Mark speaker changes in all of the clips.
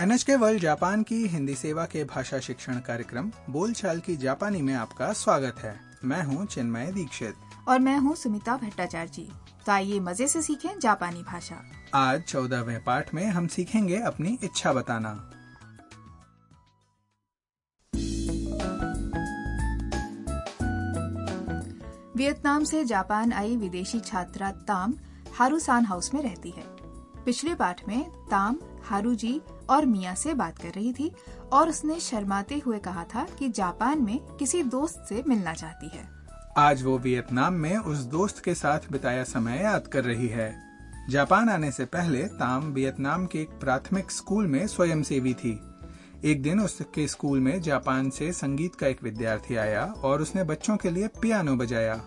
Speaker 1: NHK World Japan की हिंदी सेवा के भाषा शिक्षण कार्यक्रम बोलचाल की जापानी में आपका स्वागत है मैं हूं चिन्मय दीक्षित
Speaker 2: और मैं हूँ सुमिता भट्टाचार्य जी तो आइए मजे से सीखें जापानी भाषा
Speaker 1: आज चौदहवें पाठ में हम सीखेंगे अपनी इच्छा बताना
Speaker 2: वियतनाम से जापान आई विदेशी छात्रा ताम हारूसान हाउस में रहती है पिछले पाठ में ताम हारू जी और मिया से बात कर रही थी और उसने शर्माते हुए कहा था कि जापान में किसी दोस्त से मिलना चाहती है
Speaker 1: आज वो वियतनाम में उस दोस्त के साथ बिताया समय याद कर रही है जापान आने से पहले ताम वियतनाम के एक प्राथमिक स्कूल में स्वयंसेवी थी एक दिन उसके स्कूल में जापान से संगीत का एक विद्यार्थी आया और उसने बच्चों के लिए पियानो बजाया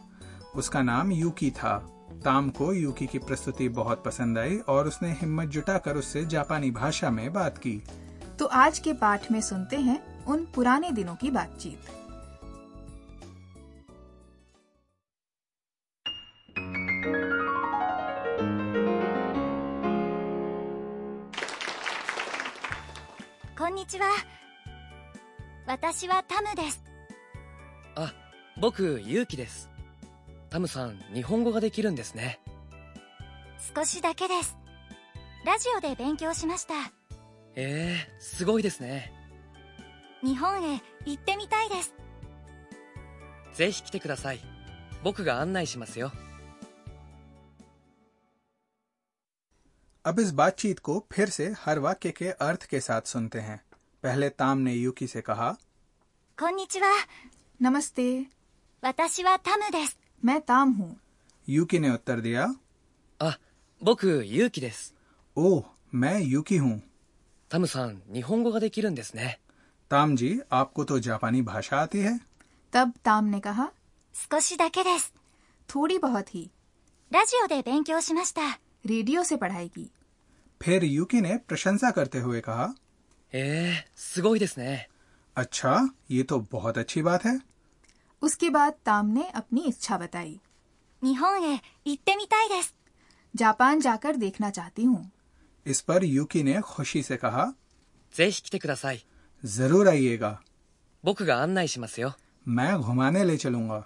Speaker 1: उसका नाम यूकी था ताम को यूकी की प्रस्तुति बहुत पसंद आई और उसने हिम्मत जुटाकर उससे जापानी भाषा में बात की
Speaker 2: तो आज के पाठ में सुनते हैं उन पुराने दिनों की बातचीत
Speaker 3: こんにちは私はタムです
Speaker 4: あ、僕、ゆうきです。タムさん、日本語ができるんですね。
Speaker 3: 少しだけですラジオで勉強しました
Speaker 4: ええすごいですね。
Speaker 3: 日本へ行ってみたいです
Speaker 4: ぜひ来てください。僕が案内しますよ。
Speaker 1: अब इस बातचीत को फिर से हर वाक्य के अर्थ के साथ सुनते हैं पहले ताम ने यूकी से कहा
Speaker 3: こんにちは
Speaker 2: नमस्ते
Speaker 3: 私はタムです
Speaker 2: मैं ताम हूँ
Speaker 1: यूकी ने उत्तर दिया
Speaker 4: あ、僕、ゆうきです。
Speaker 1: ओह मैं यूकी हूँ
Speaker 4: タムさん、日本語ができるんですね。
Speaker 1: ताम जी आपको तो जापानी भाषा आती है
Speaker 2: तब ताम ने कहा
Speaker 3: 少しだけです
Speaker 2: थोड़ी बहुत ही
Speaker 3: ラジオで勉強しました
Speaker 2: रेडियो से पढ़ाई की
Speaker 1: फिर यूकी ने प्रशंसा करते हुए कहा
Speaker 4: ええすごいですね。
Speaker 1: अच्छा ये तो बहुत अच्छी बात है
Speaker 2: उसके बाद ताम ने अपनी इच्छा बताई
Speaker 3: 日本へ行ってみたいです
Speaker 2: जापान जाकर देखना चाहती हूँ
Speaker 1: इस पर यूकी ने खुशी से कहा
Speaker 4: ぜひ来てください。
Speaker 1: जरूर आइएगा
Speaker 4: 僕が案内しますよ。
Speaker 1: मैं घुमाने ले चलूंगा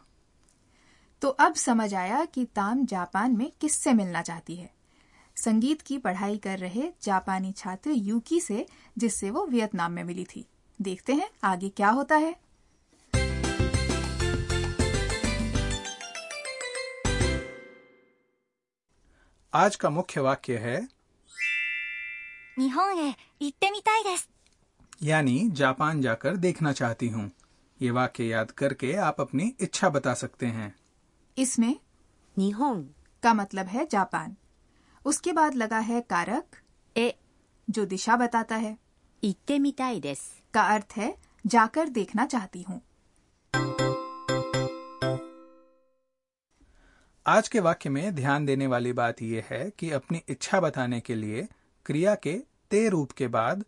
Speaker 2: तो अब समझ आया कि ताम जापान में किससे मिलना चाहती है संगीत की पढ़ाई कर रहे जापानी छात्र यूकी से जिससे वो वियतनाम में मिली थी देखते हैं आगे क्या होता है
Speaker 1: आज का मुख्य वाक्य है
Speaker 3: 日本へ行ってみたいです
Speaker 1: यानी जापान जाकर देखना चाहती हूँ ये वाक्य याद करके आप अपनी इच्छा बता सकते हैं
Speaker 2: इसमें
Speaker 5: 日本
Speaker 2: का मतलब है जापान उसके बाद लगा है कारक
Speaker 5: へ
Speaker 2: जो दिशा बताता है
Speaker 5: 行ってみたいです。
Speaker 2: का अर्थ है जाकर देखना चाहती हूँ
Speaker 1: आज के वाक्य में ध्यान देने वाली बात यह है कि अपनी इच्छा बताने के लिए क्रिया के ते रूप के बाद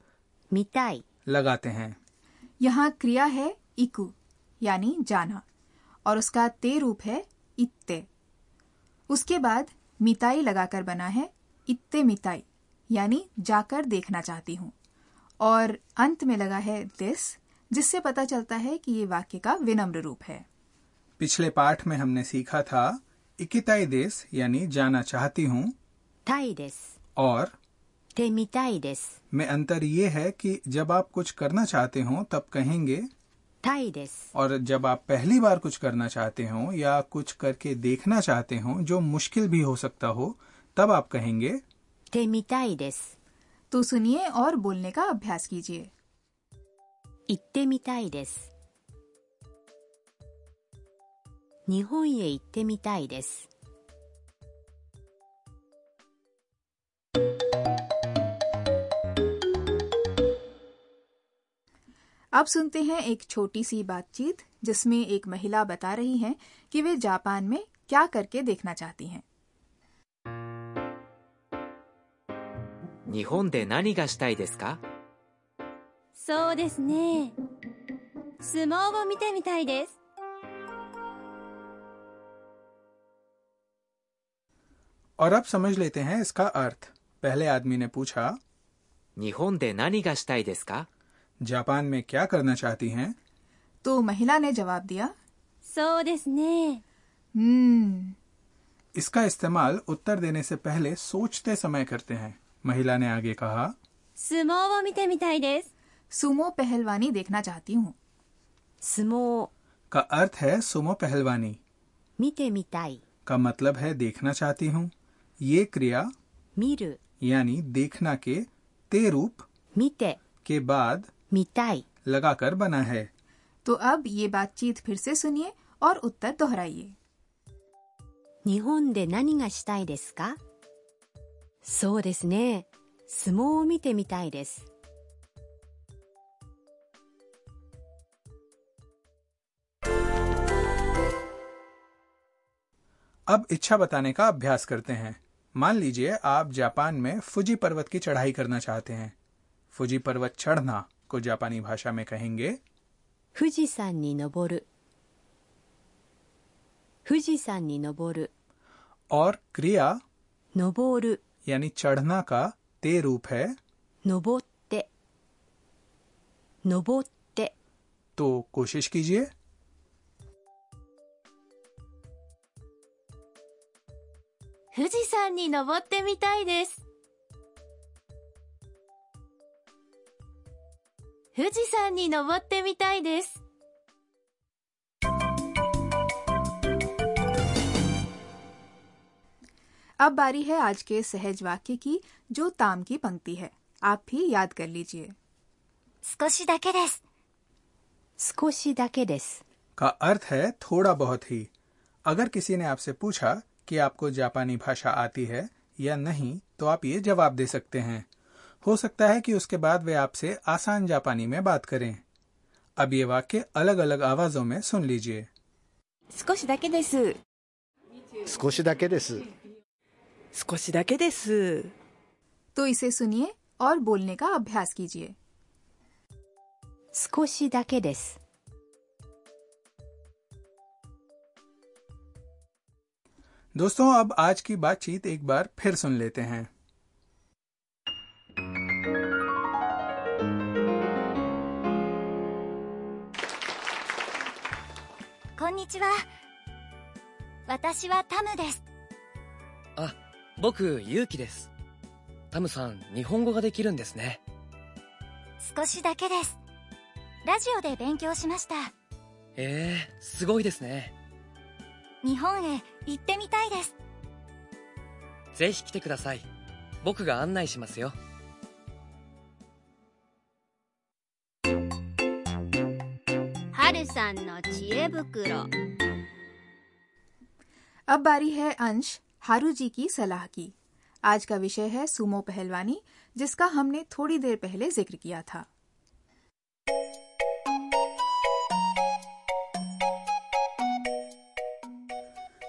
Speaker 5: 見たい
Speaker 1: लगाते हैं
Speaker 2: यहाँ क्रिया है इकु यानी जाना और उसका ते रूप है इत्ते उसके बाद मिताई लगाकर बना है इत्ते मिताई यानी जाकर देखना चाहती हूँ और अंत में लगा है दिस जिससे पता चलता है कि ये वाक्य का विनम्र रूप है
Speaker 1: पिछले पाठ में हमने सीखा था इकिताई देश यानी जाना चाहती हूँ
Speaker 5: たいです。
Speaker 1: और
Speaker 5: てみたいです。
Speaker 1: में अंतर ये है कि जब आप कुछ करना चाहते हो तब कहेंगे
Speaker 5: たいです。
Speaker 1: और जब आप पहली बार कुछ करना चाहते हो या कुछ करके देखना चाहते हो जो मुश्किल भी हो सकता हो तब आप कहेंगे
Speaker 5: てみたいです。
Speaker 2: तो सुनिए और बोलने का अभ्यास कीजिए
Speaker 5: 行ってみたいです。日本へ行ってみたいです。
Speaker 2: अब सुनते हैं एक छोटी सी बातचीत जिसमें एक महिला बता रही हैं कि वे जापान में क्या करके देखना चाहती हैं
Speaker 6: 日本で何がしたいですか
Speaker 3: そうですね相撲を見てみたいです
Speaker 1: और अब समझ लेते हैं इसका अर्थ पहले आदमी ने पूछा
Speaker 6: 日本で何がしたいですか
Speaker 1: जापान में क्या करना चाहती हैं
Speaker 2: तो महिला ने जवाब दिया
Speaker 3: そうですね
Speaker 2: हम्म
Speaker 1: इसका इस्तेमाल उत्तर देने से पहले सोचते समय करते हैं महिला ने आगे कहा
Speaker 3: 相撲を見てみたいです
Speaker 2: सुमो पहलवानी देखना चाहती हूँ
Speaker 5: 相撲
Speaker 1: का अर्थ है सुमो पहलवानी
Speaker 5: 見てみたい
Speaker 1: का मतलब है देखना चाहती हूँ ये क्रिया
Speaker 5: 見る
Speaker 1: यानी देखना के ते रूप
Speaker 5: 見て
Speaker 1: के बाद
Speaker 5: 見たい
Speaker 1: लगाकर बना है
Speaker 2: तो अब ये बातचीत फिर से सुनिए और उत्तर दोहराइए
Speaker 5: 日本で何がしたいですかそうですね相撲を見てみたいです
Speaker 1: अब इच्छा बताने का अभ्यास करते हैं मान लीजिए आप जापान में फुजी पर्वत की चढ़ाई करना चाहते हैं फुजी पर्वत चढ़ना को जापानी भाषा में कहेंगे
Speaker 5: 富士山に登る富士山に登る
Speaker 1: और क्रिया
Speaker 5: 登る
Speaker 1: यानी चढ़ना का ते रूप है
Speaker 5: 登って登って、
Speaker 1: तो कोशिश कीजिए
Speaker 3: 富士山に登ってみたいです富士山に登ってみたいです
Speaker 2: अब बारी है आज के सहज वाक्य की जो ताम की पंक्ति है आप भी याद कर लीजिए
Speaker 3: 少しだけです
Speaker 5: 少しだけです。
Speaker 1: का अर्थ है थोड़ा बहुत ही अगर किसी ने आपसे पूछा कि आपको जापानी भाषा आती है या नहीं तो आप ये जवाब दे सकते हैं हो सकता है कि उसके बाद वे आपसे आसान जापानी में बात करें अब ये वाक्य अलग अलग आवाजों में सुन लीजिए
Speaker 3: 少しだけです
Speaker 7: 少しだけです
Speaker 8: 少しだけです。
Speaker 2: तो इसे सुनिए और बोलने का अभ्यास कीजिए
Speaker 5: 少しだけです。
Speaker 1: दोस्तों अब आज की बातचीत एक बार फिर सुन लेते हैं
Speaker 3: こんにちは私はタムです
Speaker 4: あ、僕、ゆうきです。タムさん、日本語ができるんですね。
Speaker 3: 少しだけですラジオで勉強しました
Speaker 4: ええすごいですね。
Speaker 3: 日本へ行ってみたいです
Speaker 4: ぜひ来てください。僕が案内しますよ。
Speaker 3: はるさんの知恵袋
Speaker 2: अब बारी है अंश हारू जी की सलाह की आज का विषय है सुमो पहलवानी जिसका हमने थोड़ी देर पहले जिक्र किया था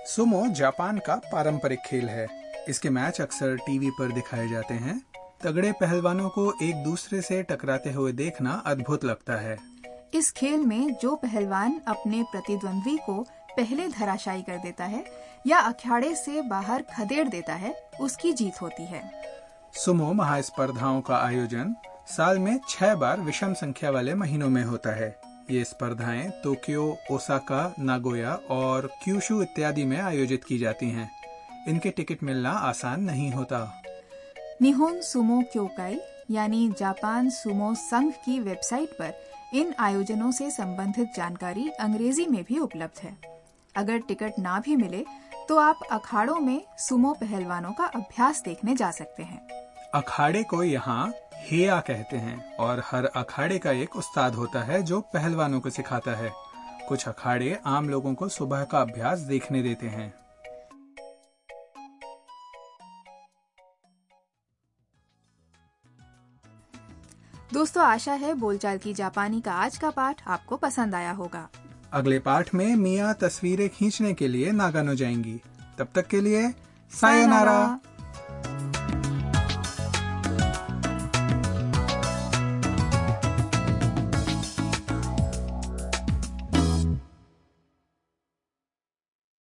Speaker 1: スモजापान का पारंपरिक खेल है इसके मैच अक्सर टीवी पर दिखाए जाते हैं तगड़े पहलवानों को एक दूसरे से टकराते हुए देखना अद्भुत लगता है
Speaker 2: इस खेल में जो पहलवान अपने प्रतिद्वंद्वी को पहले धराशायी कर देता है या अखाड़े से बाहर खदेड़ देता है उसकी जीत होती है
Speaker 1: सुमो महास्पर्धाओं का आयोजन साल में छह बार विषम संख्या वाले महीनों में होता है ये स्पर्धाएं टोक्यो ओसाका नागोया और क्यूशु इत्यादि में आयोजित की जाती हैं। इनके टिकट मिलना आसान नहीं होता
Speaker 2: निहोन सुमो क्योकाई यानी जापान सुमो संघ की वेबसाइट पर इन आयोजनों से संबंधित जानकारी अंग्रेजी में भी उपलब्ध है अगर टिकट ना भी मिले तो आप अखाड़ों में सुमो पहलवानों का अभ्यास देखने जा सकते हैं
Speaker 1: अखाड़े को यहाँ हेया कहते हैं और हर अखाड़े का एक उस्ताद होता है जो पहलवानों को सिखाता है कुछ अखाड़े आम लोगों को सुबह का अभ्यास देखने देते हैं
Speaker 2: दोस्तों आशा है बोलचाल की जापानी का आज का पाठ आपको पसंद आया होगा
Speaker 1: अगले पाठ में मिया तस्वीरें खींचने के लिए नागानो जाएंगी तब तक के लिए सायोनारा